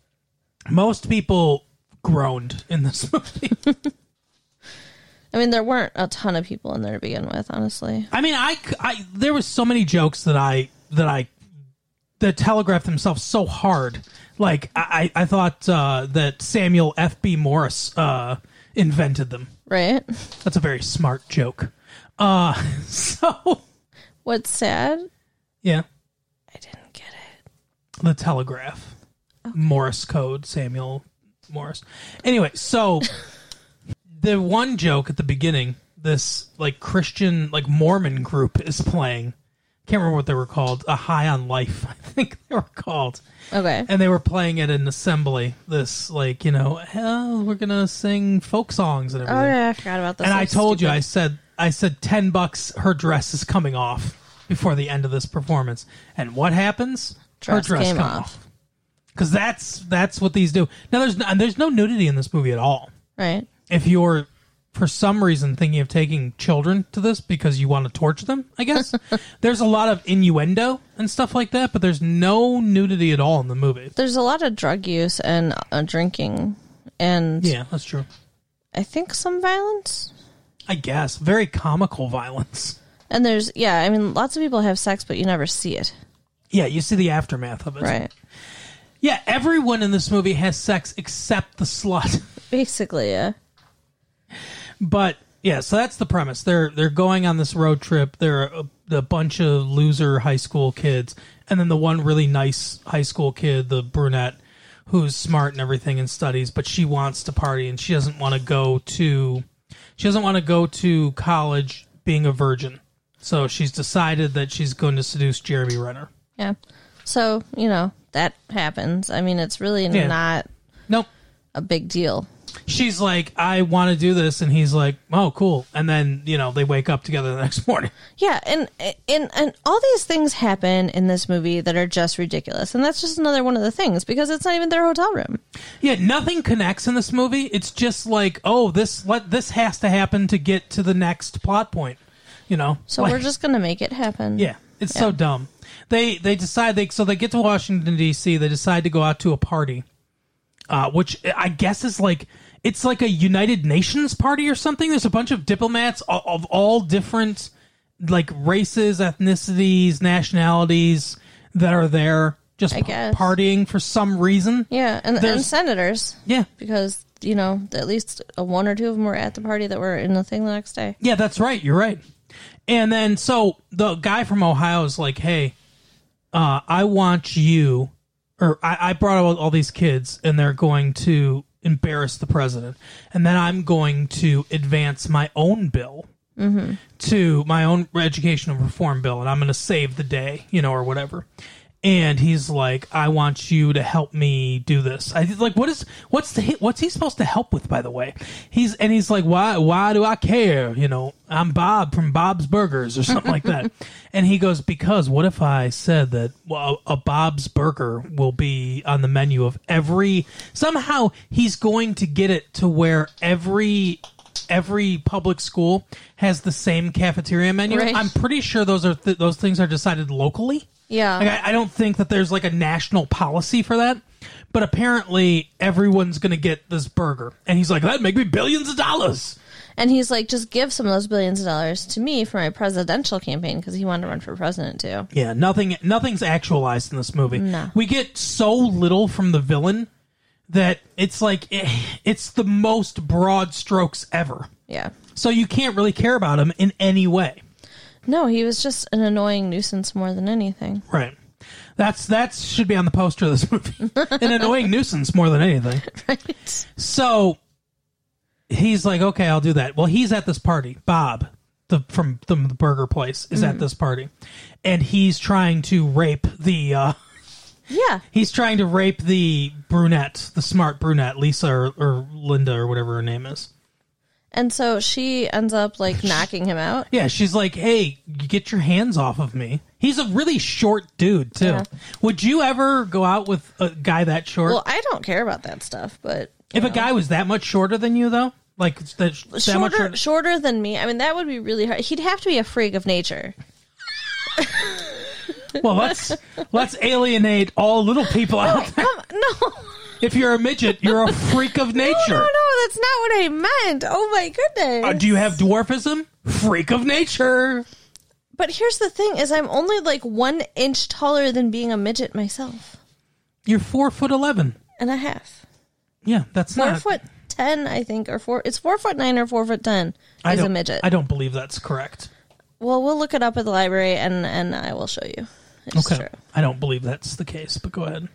Speaker 1: Most people groaned in this movie.
Speaker 2: I mean, there weren't a ton of people in there to begin with, honestly.
Speaker 1: I mean, I, c- I- there was so many jokes that I that I that telegraphed themselves so hard. Like I, I I thought uh, that Samuel F. B. Morris uh, invented them.
Speaker 2: Right?
Speaker 1: That's a very smart joke. Uh, so
Speaker 2: What's sad?
Speaker 1: yeah,
Speaker 2: I didn't get it.
Speaker 1: the telegraph, Morris code, Samuel Morris. Anyway, so the one joke at the beginning, this like Christian, like Mormon group is playing. Can't remember what they were called. A High on Life, I think they were called.
Speaker 2: Okay.
Speaker 1: and they were playing at an assembly. This like you know, hell, we're gonna sing folk songs and everything.
Speaker 2: Oh, yeah, I forgot about this.
Speaker 1: and I
Speaker 2: That's
Speaker 1: told you, I
Speaker 2: stupid.
Speaker 1: said, I said, ten bucks. Her dress is coming off before the end of this performance. And what happens?
Speaker 2: Dress
Speaker 1: her dress
Speaker 2: came
Speaker 1: come
Speaker 2: off.
Speaker 1: off. Because that's that's what these do. Now there's no, and there's no nudity in this movie at all.
Speaker 2: Right.
Speaker 1: If you're for some reason thinking of taking children to this because you want to torture them, I guess there's a lot of innuendo and stuff like that, but there's no nudity at all in the movie.
Speaker 2: There's a lot of drug use and uh, drinking, and
Speaker 1: Yeah, that's true.
Speaker 2: I think some violence.
Speaker 1: I guess very comical violence.
Speaker 2: And there's, yeah, I mean, lots of people have sex, but you never see it.
Speaker 1: Yeah, you see the aftermath of it.
Speaker 2: Right.
Speaker 1: Yeah, everyone in this movie has sex except the slut.
Speaker 2: Basically, yeah.
Speaker 1: But yeah, so that's the premise. They're they're going on this road trip. They're a, a bunch of loser high school kids, and then the one really nice high school kid, the brunette, who's smart and everything and studies, but she wants to party and she doesn't want to go to she doesn't want to go to college being a virgin. So she's decided that she's going to seduce Jeremy Renner.
Speaker 2: Yeah. So, you know, that happens. I mean, it's really
Speaker 1: Yeah.
Speaker 2: not
Speaker 1: Nope.
Speaker 2: a big deal.
Speaker 1: she's like, I want to do this, and he's like, Oh, cool. And then you know they wake up together the next morning.
Speaker 2: Yeah, and and and all these things happen in this movie that are just ridiculous, and that's just another one of the things because it's not even their hotel room.
Speaker 1: Yeah, nothing connects in this movie. It's just like, oh, this let this has to happen to get to the next plot point. You know,
Speaker 2: So
Speaker 1: Like-
Speaker 2: we're just gonna make it happen.
Speaker 1: Yeah, it's so dumb. They they decide they so they get to Washington D.C. They decide to go out to a party, uh, which I guess is like it's like a United Nations party or something. There's a bunch of diplomats of, of all different like races, ethnicities, nationalities that are there just
Speaker 2: I guess.
Speaker 1: partying for some reason.
Speaker 2: yeah, and and
Speaker 1: There's-
Speaker 2: senators
Speaker 1: Yeah,
Speaker 2: because you know at least uh, one or two of them were at the party that were in the thing the next day.
Speaker 1: Yeah, that's right. You're right. And then so the guy from Ohio is like, "Hey, uh, I want you, or I, I brought all, all these kids, and they're going to embarrass the president, and then I'm going to advance my own bill to my own educational reform bill, and I'm going to save the day, you know, or whatever." And he's like, "I want you to help me do this." I like, what is what's the hit, what's he supposed to help with? By the way, he's and he's like, "Why why do I care?" You know, I'm Bob from Bob's Burgers or something like that. And he goes, "Because what if I said that well, a Bob's Burger will be on the menu of every somehow he's going to get it to where every every public school has the same cafeteria menu.
Speaker 2: Right.
Speaker 1: I'm pretty sure those are th- those things are decided locally.
Speaker 2: Yeah,
Speaker 1: Like, I, I don't think that there's like a national policy for that. But apparently, everyone's gonna get this burger, and he's like, "That'd make me billions of dollars."
Speaker 2: and he's like, just give some of those billions of dollars to me for my presidential campaign because he wanted to run for president too.
Speaker 1: Yeah, nothing. Nothing's actualized in this movie. We get so little from the villain that it's like eh, it's the most broad strokes ever.
Speaker 2: Yeah,
Speaker 1: So you can't really care about him in any way.
Speaker 2: no, he was just an annoying nuisance more than anything.
Speaker 1: Right. That's that should be on the poster of this movie. An annoying nuisance more than anything.
Speaker 2: Right?
Speaker 1: So he's like, okay, I'll do that. Well, he's at this party. Bob, the from the, the burger place, is at this party, and he's trying to rape the. Uh,
Speaker 2: Yeah,
Speaker 1: he's trying to rape the brunette, the smart brunette, Lisa or, or Linda or whatever her name is.
Speaker 2: and so she ends up like knocking him out.
Speaker 1: Yeah, she's like, "Hey, get your hands off of me." He's a really short dude too.
Speaker 2: Yeah.
Speaker 1: Would you ever go out with a guy that short?
Speaker 2: Well, I don't care about that stuff, but
Speaker 1: If a guy was that much shorter than you, though, like it's that, that much
Speaker 2: shorter,
Speaker 1: shorter,
Speaker 2: shorter than me. I mean, that would be really hard. He'd have to be a freak of nature. Oh.
Speaker 1: well, let's let's alienate all little people out there.
Speaker 2: Come, Um, no,
Speaker 1: If you're a midget, you're a freak of nature.
Speaker 2: No, no, no, that's not what I meant. Oh my goodness.
Speaker 1: Uh, do you have dwarfism? Freak of nature.
Speaker 2: but here's the thing: is I'm only like one inch taller than being a midget myself,
Speaker 1: You're four foot eleven.
Speaker 2: and a half,
Speaker 1: Yeah, that's
Speaker 2: four
Speaker 1: not
Speaker 2: foot ten, I think, or four. It's four foot nine or four foot ten.
Speaker 1: I
Speaker 2: Is a
Speaker 1: don't-
Speaker 2: midget.
Speaker 1: I don't believe that's correct.
Speaker 2: Well, we'll look it up at the library, and and I will show you. It's
Speaker 1: Okay,
Speaker 2: true.
Speaker 1: I don't believe that's the case. But go ahead.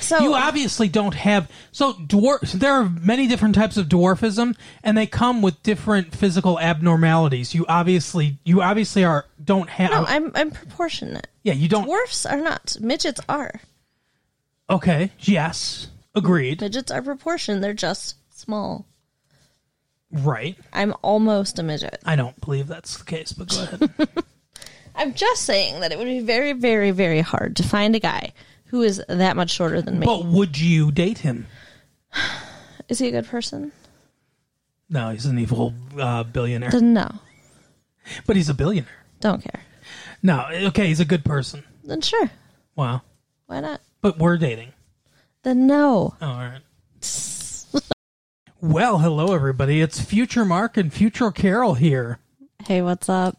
Speaker 2: So
Speaker 1: You obviously don't have so dwarf. There are many different types of dwarfism, and they come with different physical abnormalities. You obviously, you obviously are don't have.
Speaker 2: no, I'm I'm proportionate.
Speaker 1: yeah, you don't.
Speaker 2: Dwarfs are not. Midgets are.
Speaker 1: Okay. Yes. Agreed.
Speaker 2: Midgets are proportioned. They're just small.
Speaker 1: Right.
Speaker 2: I'm almost a midget.
Speaker 1: I don't believe that's the case, but go ahead.
Speaker 2: I'm just saying that it would be very, very, very hard to find a guy who is that much shorter than me.
Speaker 1: but would you date him?
Speaker 2: Is he a good person?
Speaker 1: No, he's an evil uh, billionaire,
Speaker 2: Doesn't know.
Speaker 1: but he's a billionaire.
Speaker 2: Don't care.
Speaker 1: No, okay, he's a good person.
Speaker 2: Then sure.
Speaker 1: Wow.
Speaker 2: Why not?
Speaker 1: But we're dating.
Speaker 2: Then no.
Speaker 1: Oh, all right. Well, hello everybody. It's Future Mark and Future Carol here.
Speaker 2: Hey, what's up?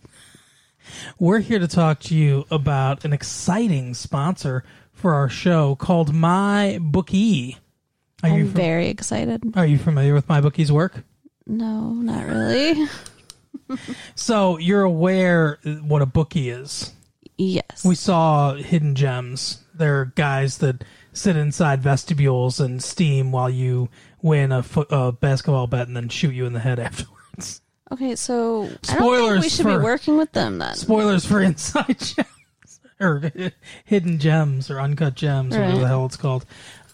Speaker 1: We're here to talk to you about an exciting sponsor for our show called My Bookie. Are you
Speaker 2: I'm
Speaker 1: fam-
Speaker 2: very excited.
Speaker 1: are you familiar with My Bookie's work?
Speaker 2: No, not really.
Speaker 1: So you're aware uh, what a bookie is.
Speaker 2: Yes.
Speaker 1: We saw hidden gems. They're guys that sit inside vestibules and steam while you win a, fo- a basketball bet and then shoot you in the head afterwards.
Speaker 3: Okay, so I don't
Speaker 1: Spoilers
Speaker 3: think we should
Speaker 1: for-
Speaker 3: be working with them then.
Speaker 1: Spoilers for inside gems or hidden gems or uncut gems, whatever
Speaker 3: Right.
Speaker 1: the hell it's called.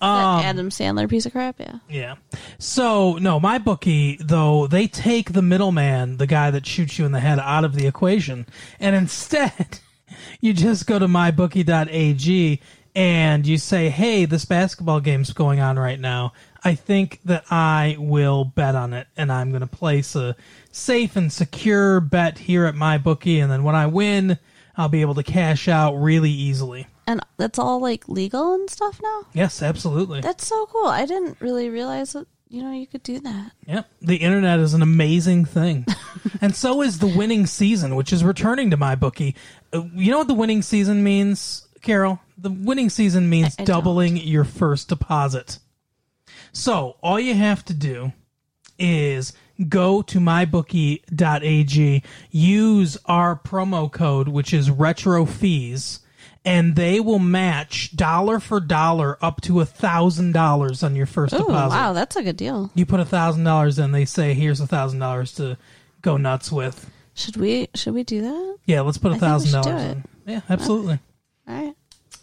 Speaker 1: Um,
Speaker 3: That Adam Sandler piece of crap, yeah.
Speaker 1: Yeah. So no, my bookie though they take the middleman, the guy that shoots you in the head, out of the equation, and instead you just go to mybookie.ag and you say, "Hey, this basketball game's going on right now. I think that I will bet on it, and I'm going to place a safe and secure bet here at my bookie, and then when I win, I'll be able to cash out really easily."
Speaker 3: And that's all like legal and stuff now?
Speaker 1: Yes, absolutely.
Speaker 3: That's so cool. I didn't really realize that you know you could do that.
Speaker 1: Yep. The internet is an amazing thing. and so is the winning season, which is returning to my bookie. Uh, you know what the winning season means, Carol? The winning season means
Speaker 3: I don't.
Speaker 1: doubling your first deposit. So, all you have to do is go to mybookie.ag, use our promo code, which is retro fees, and they will match dollar for dollar up to a thousand dollars on your first
Speaker 3: Oh
Speaker 1: deposit
Speaker 3: wow, that's a good deal.
Speaker 1: you put a thousand dollars in, they say here's a thousand dollars to go nuts with.
Speaker 3: Should we should we do that?
Speaker 1: Yeah, let's put a
Speaker 3: I think we
Speaker 1: thousand
Speaker 3: should
Speaker 1: dollars
Speaker 3: do
Speaker 1: in. Yeah, absolutely.
Speaker 3: All right.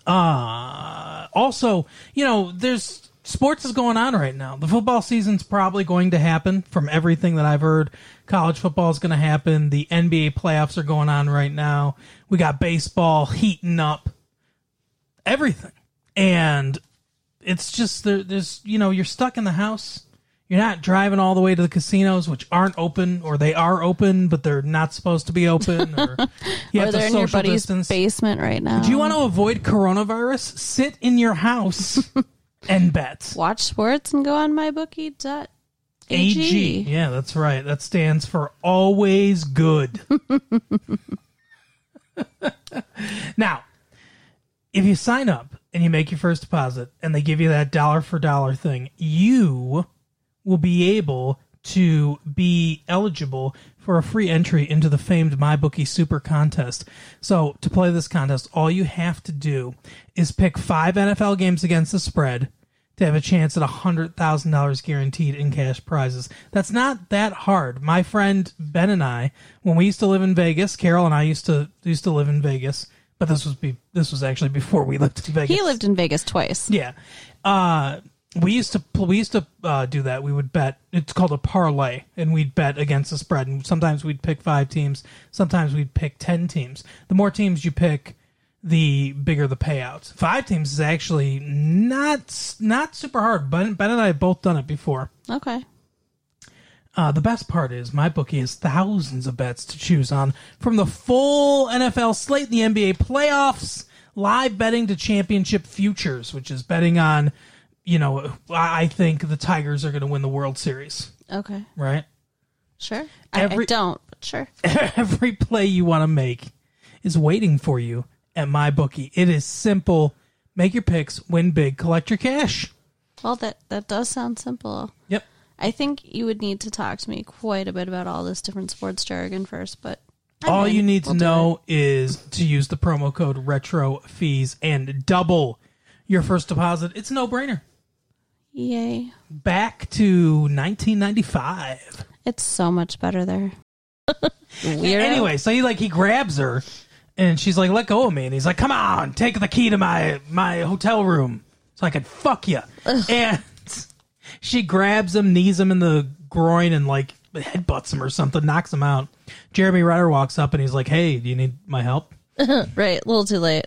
Speaker 1: Uh also, you know, there's sports is going on right now. The football season's probably going to happen from everything that I've heard. College football is going to happen. The NBA playoffs are going on right now. We got baseball heating up. Everything. And it's just there, there's you know you're stuck in the house you're not driving all the way to the casinos which aren't open or they are open but they're not supposed to be open or you
Speaker 3: Or
Speaker 1: have
Speaker 3: they're
Speaker 1: to
Speaker 3: in your
Speaker 1: social
Speaker 3: buddy's
Speaker 1: distance
Speaker 3: basement right now.
Speaker 1: do you want to avoid coronavirus sit in your house and bet
Speaker 3: watch sports and go on mybookie.ag?
Speaker 1: ag yeah that's right that stands for always good now if you sign up and you make your first deposit and they give you that dollar for dollar thing, you will be able to be eligible for a free entry into the famed MyBookie Super Contest. So, to play this contest, all you have to do is pick five NFL games against the spread to have a chance at $100,000 guaranteed in cash prizes. That's not that hard. My friend Ben and I, when we used to live in Vegas, Carol and I used to used to live in Vegas. But this was be this was actually before we lived in Vegas.
Speaker 3: He lived in Vegas twice.
Speaker 1: Yeah. Uh, we used to pl- we used to uh, do that. We would bet. It's called a parlay, and we'd bet against the spread. And sometimes we'd pick five teams. Sometimes we'd pick ten teams. The more teams you pick, the bigger the payout. Five teams is actually not s- not super hard. Ben, ben and I have both done it before.
Speaker 3: Okay.
Speaker 1: Uh, the best part is my bookie has thousands of bets to choose on, from the full NFL slate, the NBA playoffs, live betting to championship futures, which is betting on you know, I I think the Tigers are going to win the World Series,
Speaker 3: Okay.
Speaker 1: right?
Speaker 3: Sure. I, I
Speaker 1: Every-
Speaker 3: don't, but sure.
Speaker 1: Every play you want to make is waiting for you at my bookie. It is simple. Make your picks, win big, collect your cash.
Speaker 3: Well, that that does sound simple.
Speaker 1: Yep.
Speaker 3: I think you would need to talk to me quite a bit about all this different sports jargon first, but I'm
Speaker 1: All
Speaker 3: in.
Speaker 1: you need to
Speaker 3: We'll do it.
Speaker 1: know is to use the promo code retro fees and double your first deposit. It's a no brainer.
Speaker 3: Yay.
Speaker 1: Back to 1995.
Speaker 3: It's so much better there.
Speaker 2: Weird.
Speaker 1: Anyway, so he like he grabs her and she's like, "Let go of me." And he's like, "Come on, take the key to my my hotel room so I can fuck you." And she grabs him, knees him in the groin and like headbutts him or something, knocks him out. Jeremy Renner walks up and he's like, "Hey, do you need my help?"
Speaker 2: Right, a little too late.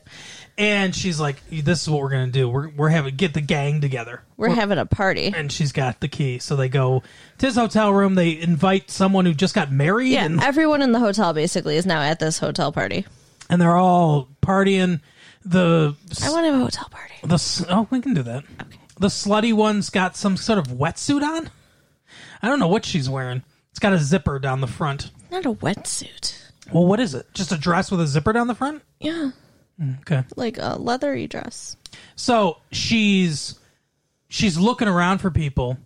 Speaker 1: And she's like, "This is what we're gonna do. We're we're having get the gang together."
Speaker 2: We're having a party.
Speaker 1: And she's got the key, so they go to his hotel room. They invite someone who just got married,
Speaker 2: Yeah,
Speaker 1: and,
Speaker 2: everyone in the hotel basically is now at this hotel party.
Speaker 1: and they're all partying. The
Speaker 3: I want to have a hotel party.
Speaker 1: the s- oh, we can do that. The slutty one's got some sort of wetsuit on. I don't know what she's wearing. It's got a zipper down the front.
Speaker 2: Not a wetsuit.
Speaker 1: Well, what is it? Just a dress with a zipper down the front?
Speaker 2: Yeah,
Speaker 1: Okay.
Speaker 2: like a leathery dress.
Speaker 1: So she's she's looking around for people.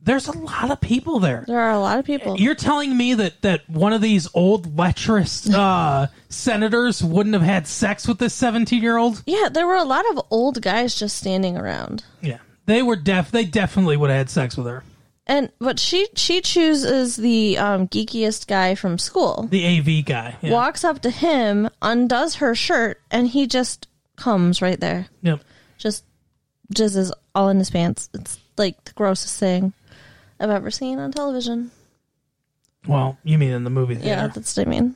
Speaker 1: There's a lot of people there.
Speaker 2: There are a lot of people.
Speaker 1: You're telling me that that one of these old lecherous uh, senators wouldn't have had sex with this 17 year old?
Speaker 2: Yeah, there were a lot of old guys just standing around.
Speaker 1: Yeah, they were deaf. They definitely would have had sex with her.
Speaker 2: And but she she chooses the um, geekiest guy from school.
Speaker 1: The AV guy. Yeah.
Speaker 2: Walks up to him, undoes her shirt, and he just comes right there.
Speaker 1: Yep.
Speaker 2: Just jizzes all in his pants. It's like the grossest thing I've ever seen on television.
Speaker 1: Well, you mean in the movie
Speaker 2: Yeah,
Speaker 1: theater?
Speaker 2: that's what I mean.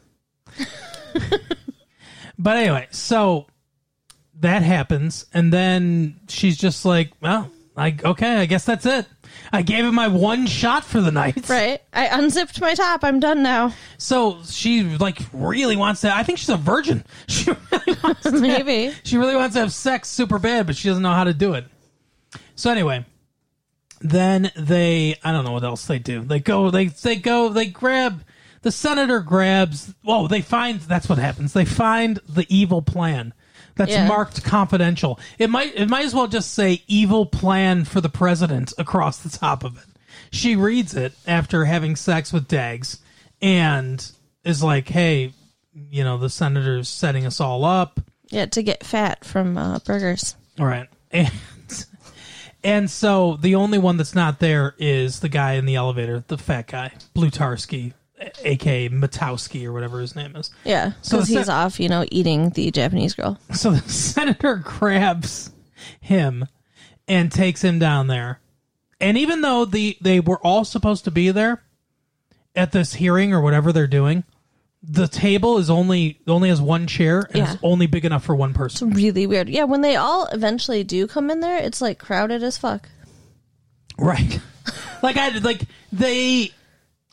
Speaker 1: But anyway, so that happens, and then she's just like, "Well, I okay, I guess that's it. I gave it my one shot for the night."
Speaker 2: Right. I unzipped my top. I'm done now.
Speaker 1: So she like really wants to. I think she's a virgin. She really wants to.
Speaker 2: Maybe.
Speaker 1: She really wants to have sex super bad, but she doesn't know how to do it. So anyway, then they I don't know what else they do. They go they they go they grab the senator grabs whoa, they find that's what happens. They find the evil plan. That's
Speaker 2: Yeah.
Speaker 1: marked confidential. It might it might as well just say evil plan for the president across the top of it. She reads it after having sex with Dags and is like, "Hey, you know, the senator's setting us all up."
Speaker 2: Yeah, to get fat from uh, burgers.
Speaker 1: All right. And and so the only one that's not there is the guy in the elevator, the fat guy, Blutarski, aka Matowski or whatever his name is.
Speaker 2: Yeah,
Speaker 1: So
Speaker 2: because
Speaker 1: the
Speaker 2: he's
Speaker 1: sen-
Speaker 2: off, you know, eating the Japanese girl.
Speaker 1: So the senator grabs him and takes him down there. And even though the they were all supposed to be there at this hearing or whatever they're doing, the table is only only has one chair and
Speaker 2: Yeah.
Speaker 1: it's only big enough for one person.
Speaker 2: Really weird. Yeah, when they all eventually do come in there, it's like crowded as fuck.
Speaker 1: Right. like I like they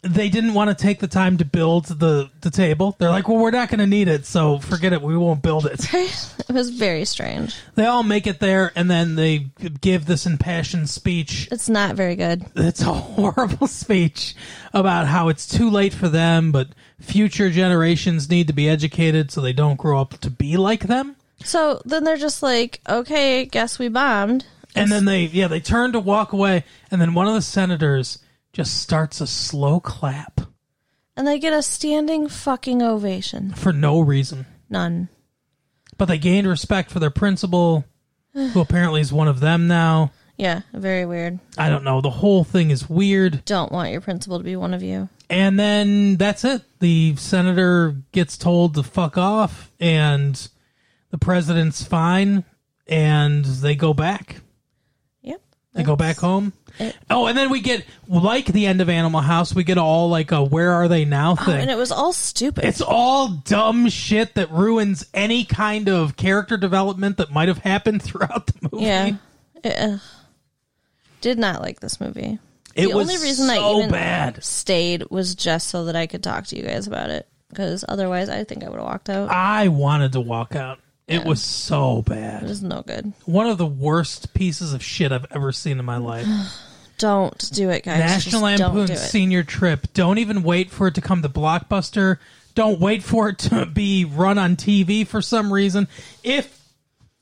Speaker 1: they didn't want to take the time to build the the table. They're like, "Well, we're not going to need it, so forget it. We won't build it."
Speaker 2: it was very strange.
Speaker 1: they all make it there and then they give this impassioned speech.
Speaker 2: It's not very good.
Speaker 1: It's a horrible speech about how it's too late for them, but future generations need to be educated so they don't grow up to be like them.
Speaker 2: So then they're just like, okay, guess we bombed.
Speaker 1: And then they yeah, they turn to walk away and then one of the senators just starts a slow clap
Speaker 2: And they get a standing fucking ovation.
Speaker 1: for no reason.
Speaker 2: None.
Speaker 1: but they gained respect for their principal, who apparently is one of them now.
Speaker 2: Yeah, very weird.
Speaker 1: I don't know. The whole thing is weird.
Speaker 2: Don't want your principal to be one of you.
Speaker 1: And then that's it. The senator gets told to fuck off, and the president's fine, and they go back.
Speaker 2: Yep.
Speaker 1: They go back home.
Speaker 2: it.
Speaker 1: Oh, and then we get like the end of Animal House. We get all like a "Where are they now?"
Speaker 2: Oh, and
Speaker 1: thing.
Speaker 2: it was all stupid.
Speaker 1: it's all dumb shit that ruins any kind of character development that might have happened throughout the movie.
Speaker 2: Yeah. Uh, did not like this movie.
Speaker 1: It
Speaker 2: the
Speaker 1: was
Speaker 2: only reason I
Speaker 1: so
Speaker 2: even
Speaker 1: bad.
Speaker 2: stayed was just so that I could talk to you guys about it because otherwise I think I would have walked out.
Speaker 1: I wanted to walk out. It was so
Speaker 2: It
Speaker 1: bad.
Speaker 2: is no good.
Speaker 1: One of the worst pieces of shit I've ever seen in my life.
Speaker 2: Don't do it, guys.
Speaker 1: National
Speaker 2: Just don't do
Speaker 1: Lampoon's
Speaker 2: it.
Speaker 1: Senior Trip. Don't even wait for it to come to Blockbuster. Don't wait for it to be run on TV for some reason. If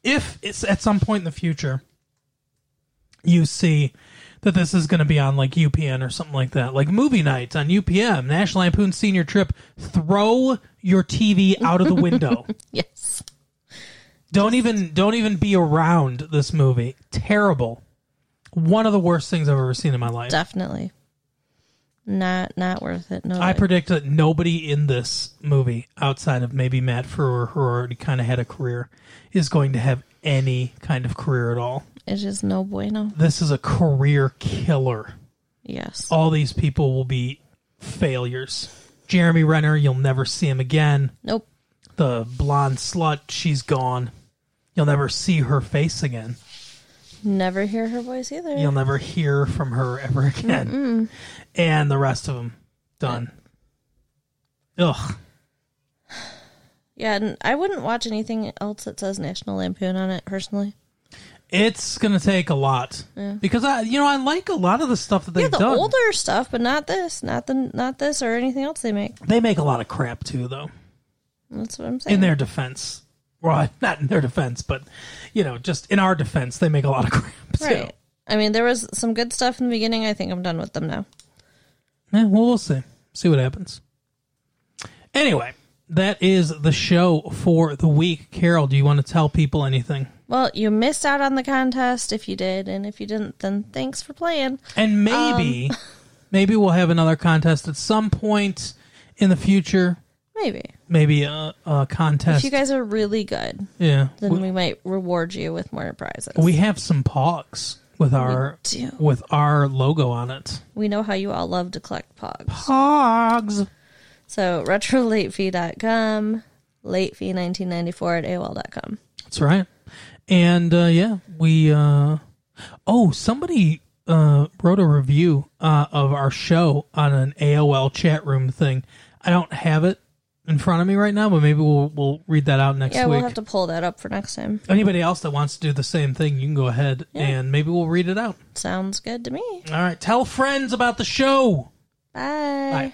Speaker 1: if it's at some point in the future, you see that this is going to be on like UPN or something like that, like movie nights on UPM, National Lampoon Senior Trip. Throw your TV out of the window.
Speaker 2: Yes.
Speaker 1: don't even don't even be around this movie. Terrible. One of the worst things I've ever seen in my life.
Speaker 2: Definitely. Not not worth it. No.
Speaker 1: I
Speaker 2: way.
Speaker 1: predict that nobody in this movie, outside of maybe Matt Frewer, who already kind of had a career, is going to have any kind of career at all.
Speaker 2: it is no bueno.
Speaker 1: This is a career killer.
Speaker 2: Yes.
Speaker 1: All these people will be failures. Jeremy Renner, you'll never see him again.
Speaker 2: Nope.
Speaker 1: The blonde slut, she's gone. You'll never see her face again.
Speaker 2: Never hear her voice either.
Speaker 1: You'll never hear from her ever again. And the rest of them, done. Ugh.
Speaker 2: Yeah, and I wouldn't watch anything else that says National Lampoon on it personally.
Speaker 1: It's gonna take a lot because I, you know, I like a lot of the stuff that they've
Speaker 2: Yeah, the
Speaker 1: done.
Speaker 2: older stuff, but not this, not the not this or anything else they make.
Speaker 1: they make a lot of crap too, though.
Speaker 2: That's what I'm saying.
Speaker 1: In their defense, well, not in their defense, but you know, just in our defense, they make a lot of crap too.
Speaker 2: right. I mean, there was some good stuff in the beginning. I think I'm done with them now.
Speaker 1: Yeah, well, we'll see. See what happens. Anyway, that is the show for the week. Carol, do you want to tell people anything?
Speaker 2: Well, you missed out on the contest if you did, and if you didn't, then thanks for playing.
Speaker 1: And maybe,
Speaker 2: Um.
Speaker 1: maybe we'll have another contest at some point in the future.
Speaker 2: Maybe
Speaker 1: Maybe a, a contest.
Speaker 2: if you guys are really good,
Speaker 1: yeah.
Speaker 2: then
Speaker 1: We-
Speaker 2: we, might reward you with more prizes.
Speaker 1: We have some pogs with our
Speaker 2: do.
Speaker 1: with our logo on it.
Speaker 2: we know how you all love to collect pogs.
Speaker 1: Pogs.
Speaker 2: So retrolatefee.com, latefee1994 at AOL.com.
Speaker 1: That's right. And uh, yeah, we. Uh, oh, somebody uh, wrote a review uh, of our show on an AOL chat room thing. I don't have it in front of me right now, but maybe we'll we'll read that out next
Speaker 2: Yeah,
Speaker 1: week.
Speaker 2: we'll have to pull that up for next time.
Speaker 1: Anybody else that wants to do the same thing, you can go ahead and maybe we'll read it out.
Speaker 2: Sounds good to me.
Speaker 1: All right, tell friends about the show. Bye.
Speaker 2: Bye.